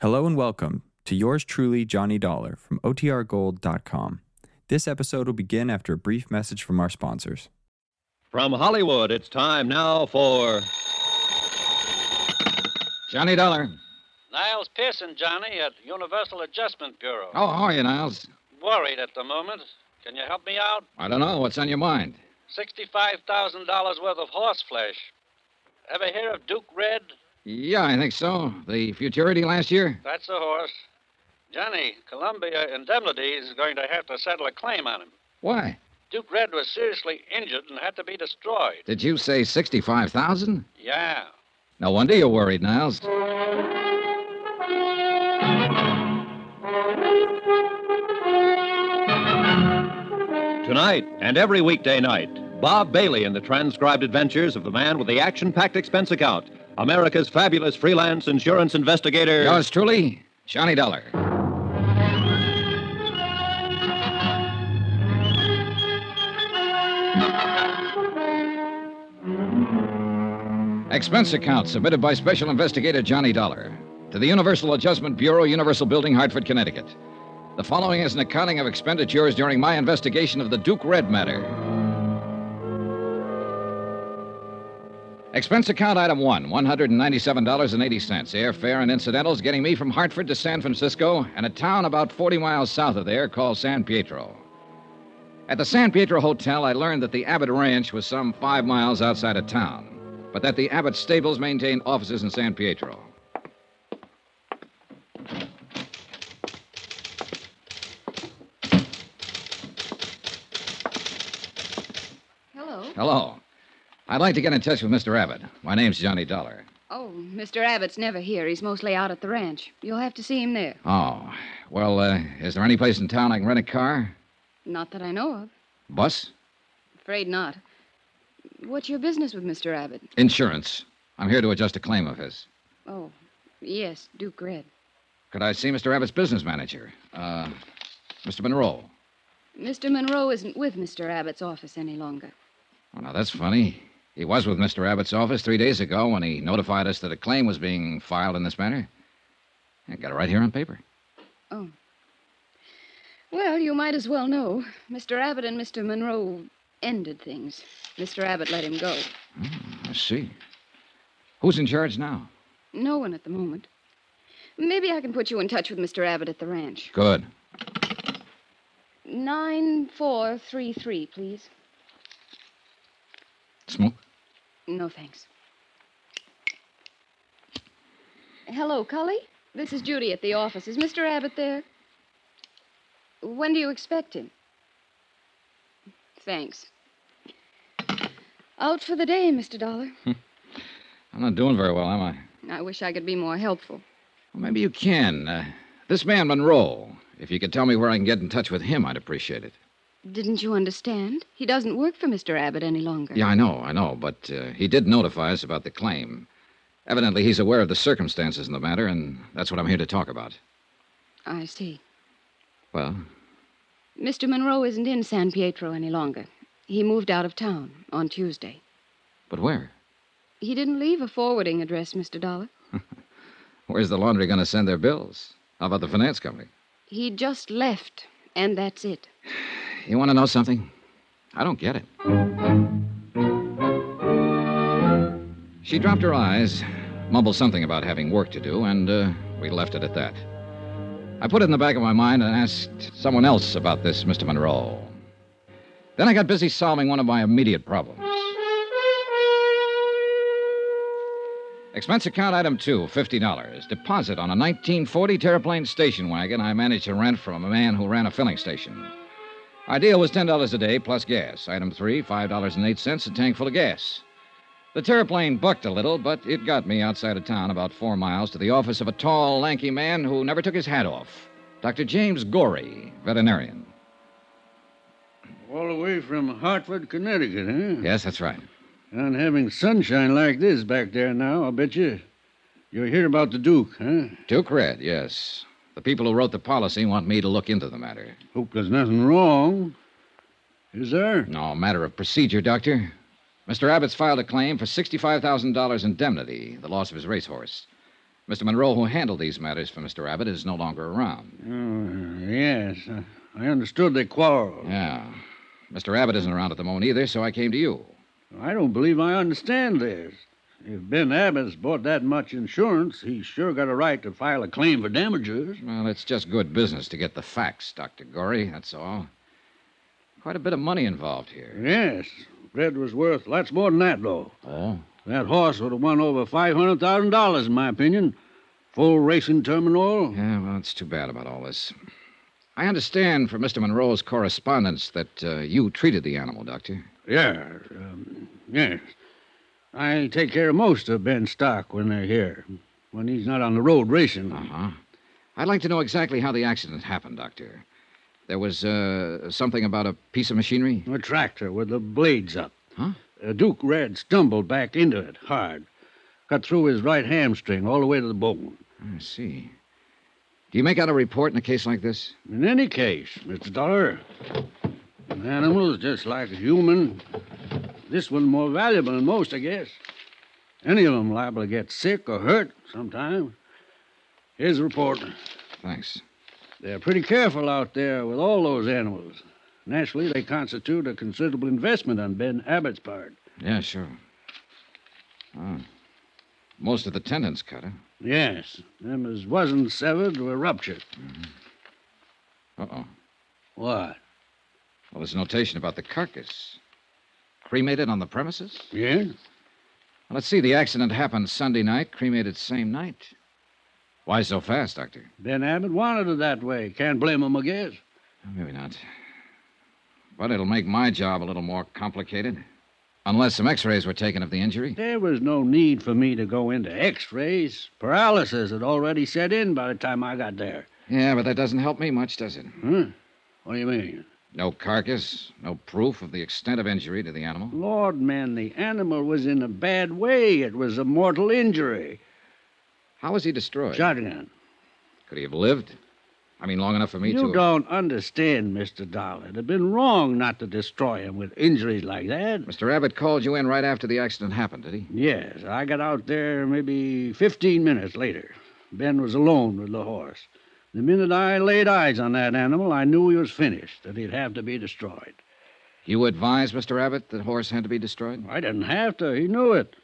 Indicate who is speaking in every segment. Speaker 1: Hello and welcome to yours truly, Johnny Dollar from OTRGold.com. This episode will begin after a brief message from our sponsors.
Speaker 2: From Hollywood, it's time now for.
Speaker 3: Johnny Dollar.
Speaker 4: Niles Pearson, Johnny, at Universal Adjustment Bureau.
Speaker 2: Oh.
Speaker 3: How are you, Niles?
Speaker 4: Worried at the moment. Can you help me out?
Speaker 3: I don't know. What's on your mind?
Speaker 4: $65,000 worth of horse flesh. Ever hear of Duke Red?
Speaker 3: Yeah, I think so. The futurity last year?
Speaker 4: That's the horse. Johnny, Columbia Indemnity is going to have to settle a claim on him.
Speaker 3: Why?
Speaker 4: Duke Red was seriously injured and had to be destroyed.
Speaker 3: Did you say 65,000?
Speaker 4: Yeah.
Speaker 3: No wonder you're worried, Niles.
Speaker 2: Tonight and every weekday night, Bob Bailey in the transcribed adventures of the man with the action packed expense account, America's fabulous freelance insurance investigator.
Speaker 3: Yours truly, Johnny Dollar. Expense account submitted by Special Investigator Johnny Dollar to the Universal Adjustment Bureau, Universal Building, Hartford, Connecticut. The following is an accounting of expenditures during my investigation of the Duke Red matter. Expense account item one, $197.80. Airfare and incidentals getting me from Hartford to San Francisco and a town about 40 miles south of there called San Pietro. At the San Pietro Hotel, I learned that the Abbott Ranch was some five miles outside of town, but that the Abbott stables maintained offices in San Pietro.
Speaker 5: Hello.
Speaker 3: Hello. I'd like to get in touch with Mr. Abbott. My name's Johnny Dollar.
Speaker 5: Oh, Mr. Abbott's never here. He's mostly out at the ranch. You'll have to see him there.
Speaker 3: Oh, well, uh, is there any place in town I can rent a car?
Speaker 5: Not that I know of.
Speaker 3: Bus?
Speaker 5: Afraid not. What's your business with Mr. Abbott?
Speaker 3: Insurance. I'm here to adjust a claim of his.
Speaker 5: Oh, yes, Duke Red.
Speaker 3: Could I see Mr. Abbott's business manager? Uh, Mr. Monroe.
Speaker 5: Mr. Monroe isn't with Mr. Abbott's office any longer.
Speaker 3: Well, Oh, now that's funny. He was with Mr. Abbott's office three days ago when he notified us that a claim was being filed in this matter. I got it right here on paper.
Speaker 5: Well, you might as well know. Mr. Abbott and Mr. Monroe ended things. Mr. Abbott let him go.
Speaker 3: I see. Who's in charge now?
Speaker 5: No one at the moment. Maybe I can put you in touch with Mr. Abbott at the ranch.
Speaker 3: Good.
Speaker 5: 9433, please.
Speaker 3: Smoke?
Speaker 5: No, thanks. Hello, Cully. This is Judy at the office. Is Mr. Abbott there? When do you expect him? Thanks. Out for the day, Mr. Dollar.
Speaker 3: I'm not doing very well, am I?
Speaker 5: I wish I could be more helpful.
Speaker 3: Well, maybe you can. Uh, this man, Monroe, if you could tell me where I can get in touch with him, I'd appreciate it.
Speaker 5: Didn't you understand? He doesn't work for Mr. Abbott any longer.
Speaker 3: Yeah, I know, I know, but uh, he did notify us about the claim. Evidently, he's aware of the circumstances in the matter, and that's what I'm here to talk about.
Speaker 5: I see.
Speaker 3: Well,
Speaker 5: Mr. Monroe isn't in San Pietro any longer. He moved out of town on Tuesday.
Speaker 3: but where?
Speaker 5: He didn't leave a forwarding address, Mr. Dollar.
Speaker 3: Where's the laundry going to send their bills? How about the finance company?
Speaker 5: He just left, and that's it.
Speaker 3: You want to know something? I don't get it. She dropped her eyes, mumbled something about having work to do, and uh, we left it at that. I put it in the back of my mind and asked someone else about this, Mr. Monroe. Then I got busy solving one of my immediate problems. Expense account item two, $50. Deposit on a 1940 Terraplane station wagon I managed to rent from a man who ran a filling station. Our deal was $10 a day plus gas. Item three, $5.08, a tank full of gas. The terraplane bucked a little, but it got me outside of town about four miles to the office of a tall, lanky man who never took his hat off Dr. James Gorey, veterinarian.
Speaker 6: All the way from Hartford, Connecticut, huh?
Speaker 3: Yes, that's right.
Speaker 6: And having sunshine like this back there now, I'll bet you. You hear about the Duke, huh?
Speaker 3: Duke Red, yes. The people who wrote the policy want me to look into the matter.
Speaker 6: Hope there's nothing wrong. Is there?
Speaker 3: No, matter of procedure, Doctor. Mr. Abbott's filed a claim for $65,000 indemnity, the loss of his racehorse. Mr. Monroe, who handled these matters for Mr. Abbott, is no longer around.
Speaker 6: Oh, yes. I- I understood they quarreled.
Speaker 3: Yeah. Mr. Abbott isn't around at the moment either, so I came to you.
Speaker 6: I don't believe I understand this. If Ben Abbott's bought that much insurance, he's sure got a right to file a claim for damages.
Speaker 3: Well, it's just good business to get the facts, Dr. Gorey, that's all. Quite a bit of money involved here.
Speaker 6: Yes. Fred was worth lots more than that, though.
Speaker 3: Oh?
Speaker 6: That horse would have won over $500,000, in my opinion. Full racing terminal.
Speaker 3: Yeah, well, it's too bad about all this. I understand from Mr. Monroe's correspondence that uh, you treated the animal, Doctor.
Speaker 6: Yeah. Um, yes. I take care of most of Ben's stock when they're here, when he's not on the road racing.
Speaker 3: Uh huh. I'd like to know exactly how the accident happened, Doctor. There was uh, something about a piece of machinery?
Speaker 6: A tractor with the blades up.
Speaker 3: Huh?
Speaker 6: Uh, Duke Red stumbled back into it hard. Cut through his right hamstring all the way to the bone.
Speaker 3: I see. Do you make out a report in a case like this?
Speaker 6: In any case, Mr. Dollar, an animal is just like a human. This one more valuable than most, I guess. Any of 'em liable to get sick or hurt sometime. Here's the report.
Speaker 3: Thanks.
Speaker 6: They're pretty careful out there with all those animals. Naturally, they constitute a considerable investment on Ben Abbott's part.
Speaker 3: Yeah, sure. Oh. Most of the tendons cut, huh?
Speaker 6: Yes, them as wasn't severed were ruptured.
Speaker 3: Uh oh.
Speaker 6: What?
Speaker 3: Well, there's a notation about the carcass. Cremated on the premises?
Speaker 6: Yeah?
Speaker 3: Well, Let's see. The accident happened Sunday night, cremated same night. Why so fast, Doctor?
Speaker 6: Ben Abbott wanted it that way. Can't blame him, I guess.
Speaker 3: Maybe not. But it'll make my job a little more complicated. Unless some x rays were taken of the injury.
Speaker 6: There was no need for me to go into x rays. Paralysis had already set in by the time I got there.
Speaker 3: Yeah, but that doesn't help me much, does it?
Speaker 6: Huh? What do you mean?
Speaker 3: No carcass, no proof of the extent of injury to the animal.
Speaker 6: Lord, man, the animal was in a bad way. It was a mortal injury.
Speaker 3: How was he destroyed?
Speaker 6: Shotgun.
Speaker 3: Could he have lived? I mean, long enough for me to.
Speaker 6: you don't understand, Mr. Dollar. It'd have been wrong not to destroy him with injuries like that.
Speaker 3: Mr. Abbott called you in right after the accident happened, did he?
Speaker 6: Yes, I got out there maybe 15 minutes later. Ben was alone with the horse. The minute I laid eyes on that animal, I knew he was finished, that he'd have to be destroyed.
Speaker 3: You advised Mr. Abbott that horse had to be destroyed?
Speaker 6: I didn't have to. He knew it.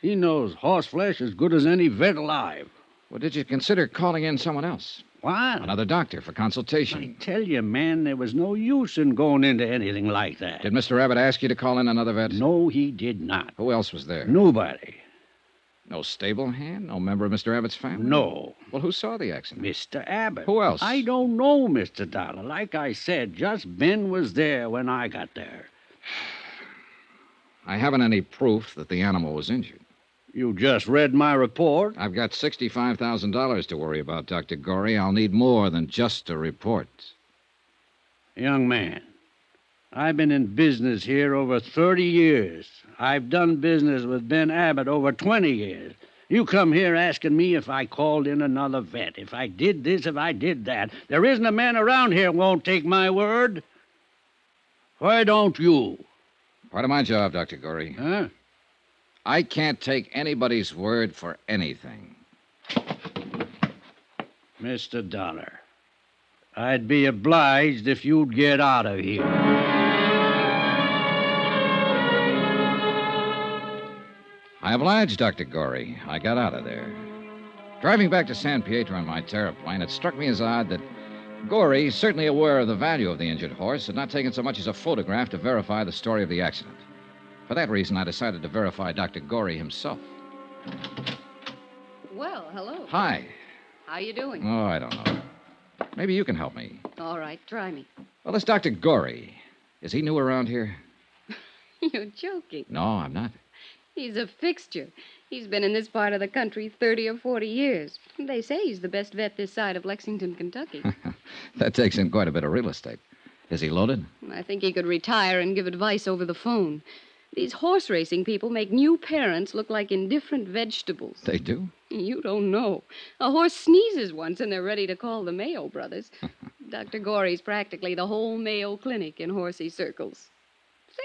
Speaker 6: He knows horse flesh as good as any vet alive.
Speaker 3: Well, did you consider calling in someone else?
Speaker 6: What?
Speaker 3: Another doctor for
Speaker 6: I
Speaker 3: consultation.
Speaker 6: tell you, man, there was no use in going into anything like that.
Speaker 3: Did Mr. Abbott ask you to call in another vet?
Speaker 6: No, he did not.
Speaker 3: Who else was there?
Speaker 6: Nobody.
Speaker 3: No stable hand? No member of Mr. Abbott's family?
Speaker 6: No.
Speaker 3: Well, who saw the accident?
Speaker 6: Mr. Abbott.
Speaker 3: Who else?
Speaker 6: I don't know, Mr. Dollar. Like I said, just Ben was there when I got there.
Speaker 3: I haven't any proof that the animal was injured.
Speaker 6: You just read my report.
Speaker 3: I've got $65,000 to worry about, Dr. Gorey. I'll need more than just a report.
Speaker 6: Young man, I've been in business here over 30 years. I've done business with Ben Abbott over 20 years. You come here asking me if I called in another vet, if I did this, if I did that. There isn't a man around here won't take my word. Why don't you?
Speaker 3: Part of my job, Dr. Gorey.
Speaker 6: Huh?
Speaker 3: I can't take anybody's word for anything.
Speaker 6: Mr. Dollar, I'd be obliged if you'd get out of here.
Speaker 3: I obliged Dr. Gorey. I got out of there. Driving back to San Pietro in my terraplane, it struck me as odd that Gorey, certainly aware of the value of the injured horse, had not taken so much as a photograph to verify the story of the accident. For that reason, I decided to verify Dr. Gorey himself.
Speaker 5: Well, hello.
Speaker 3: Hi.
Speaker 5: How you doing?
Speaker 3: Oh, I don't know. Maybe you can help me.
Speaker 5: All right, try me.
Speaker 3: Well, it's Dr. Gorey. Is he new around here?
Speaker 5: You're joking.
Speaker 3: No, I'm not.
Speaker 5: He's a fixture. He's been in this part of the country 30 or 40 years. They say he's the best vet this side of Lexington, Kentucky.
Speaker 3: That takes in quite a bit of real estate. Is he loaded?
Speaker 5: I think he could retire and give advice over the phone. These horse racing people make new parents look like indifferent vegetables.
Speaker 3: They do.
Speaker 5: You don't know. A horse sneezes once and they're ready to call the Mayo brothers. Dr. Gorey's practically the whole Mayo clinic in horsey circles.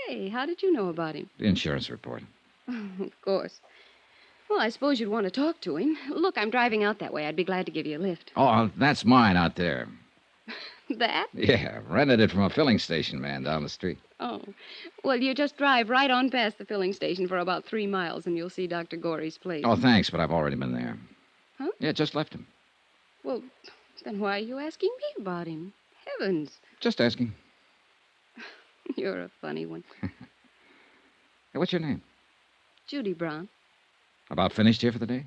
Speaker 5: Say, how did you know about him?
Speaker 3: The insurance report.
Speaker 5: Of course. Well, I suppose you'd want to talk to him. Look, I'm driving out that way. I'd be glad to give you a lift.
Speaker 3: Oh, that's mine out there.
Speaker 5: That?
Speaker 3: Yeah, rented it from a filling station man down the street.
Speaker 5: Oh. Well, you just drive right on past the filling station for about three miles, and you'll see Dr. Gorey's place.
Speaker 3: Oh, thanks, but I've already been there.
Speaker 5: Huh?
Speaker 3: Yeah, just left him.
Speaker 5: Well, then why are you asking me about him? Heavens,
Speaker 3: Just asking.
Speaker 5: you're a funny one.
Speaker 3: Hey, what's your name?
Speaker 5: Judy Brown.
Speaker 3: About finished here for the day?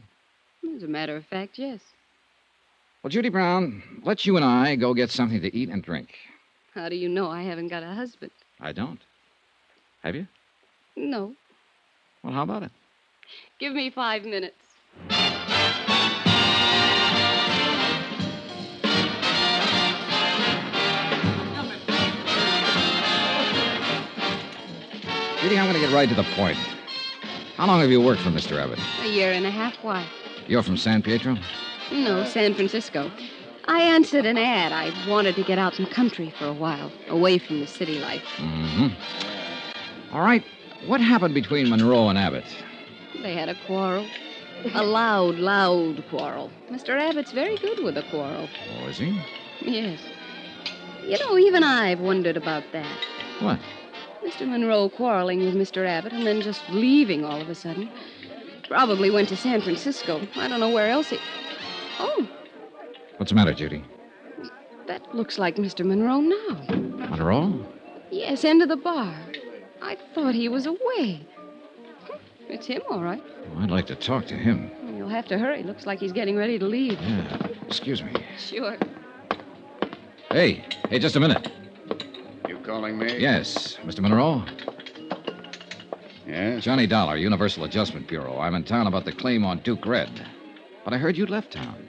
Speaker 5: As a matter of fact, yes.
Speaker 3: Well, Judy Brown, let you and I go get something to eat and drink.
Speaker 5: How do you know I haven't got a husband?
Speaker 3: I don't. Have you?
Speaker 5: No.
Speaker 3: Well, how about it?
Speaker 5: Give me five minutes.
Speaker 3: Judy, I'm going to get right to the point. How long have you worked for Mr. Abbott?
Speaker 5: A year and a half. Why?
Speaker 3: You're from San Pietro?
Speaker 5: No, San Francisco. I answered an ad. I wanted to get out in the country for a while, away from the city life.
Speaker 3: hmm All right. What happened between Monroe and Abbott?
Speaker 5: They had a quarrel. A loud, loud quarrel. Mr. Abbott's very good with a quarrel.
Speaker 3: Oh, is he?
Speaker 5: Yes. You know, even I've wondered about that.
Speaker 3: What?
Speaker 5: Mr. Monroe quarreling with Mr. Abbott and then just leaving all of a sudden. Probably went to San Francisco. I don't know where else he. Oh,
Speaker 3: What's the matter, Judy?
Speaker 5: that looks like Mr. Monroe now.
Speaker 3: Monroe?
Speaker 5: Yes, end of the bar. I thought he was away. Hmm, It's him, all right.
Speaker 3: Oh, I'd like to talk to him.
Speaker 5: You'll have to hurry. Looks like he's getting ready to leave.
Speaker 3: Yeah. Excuse me.
Speaker 5: Sure.
Speaker 3: Hey, hey, just a minute.
Speaker 7: You calling me?
Speaker 3: Yes, Mr. Monroe.
Speaker 7: Yes?
Speaker 3: Johnny Dollar, Universal Adjustment Bureau. I'm in town about the claim on Duke Red. But I heard you'd left town.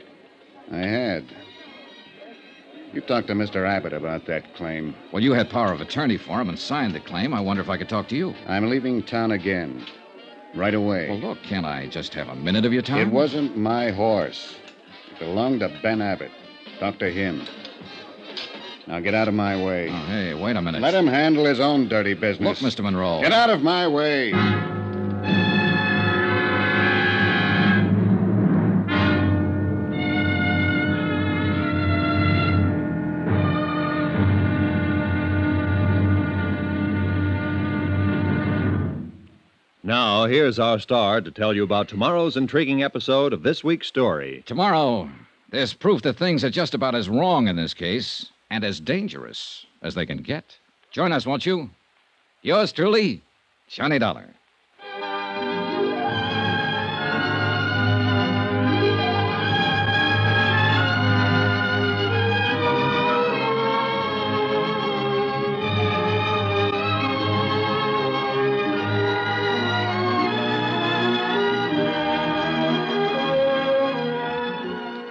Speaker 7: I had. You talked to Mr. Abbott about that claim.
Speaker 3: Well, you had power of attorney for him and signed the claim. I wonder if I could talk to you.
Speaker 7: I'm leaving town again. Right away.
Speaker 3: Well, look, can't I just have a minute of your time?
Speaker 7: it wasn't my horse. It belonged to Ben Abbott. Talk to him. Now get out of my way.
Speaker 3: Oh, hey, wait a minute.
Speaker 7: Let him handle his own dirty
Speaker 3: Look,
Speaker 7: business.
Speaker 3: Mr. Monroe.
Speaker 7: Get out of my way.
Speaker 6: Now, here's our star to tell you about tomorrow's intriguing episode of this week's story.
Speaker 3: Tomorrow, there's proof that things are just about as wrong in this case and as dangerous as they can get. Join us, won't you? Yours truly, Johnny Dollar.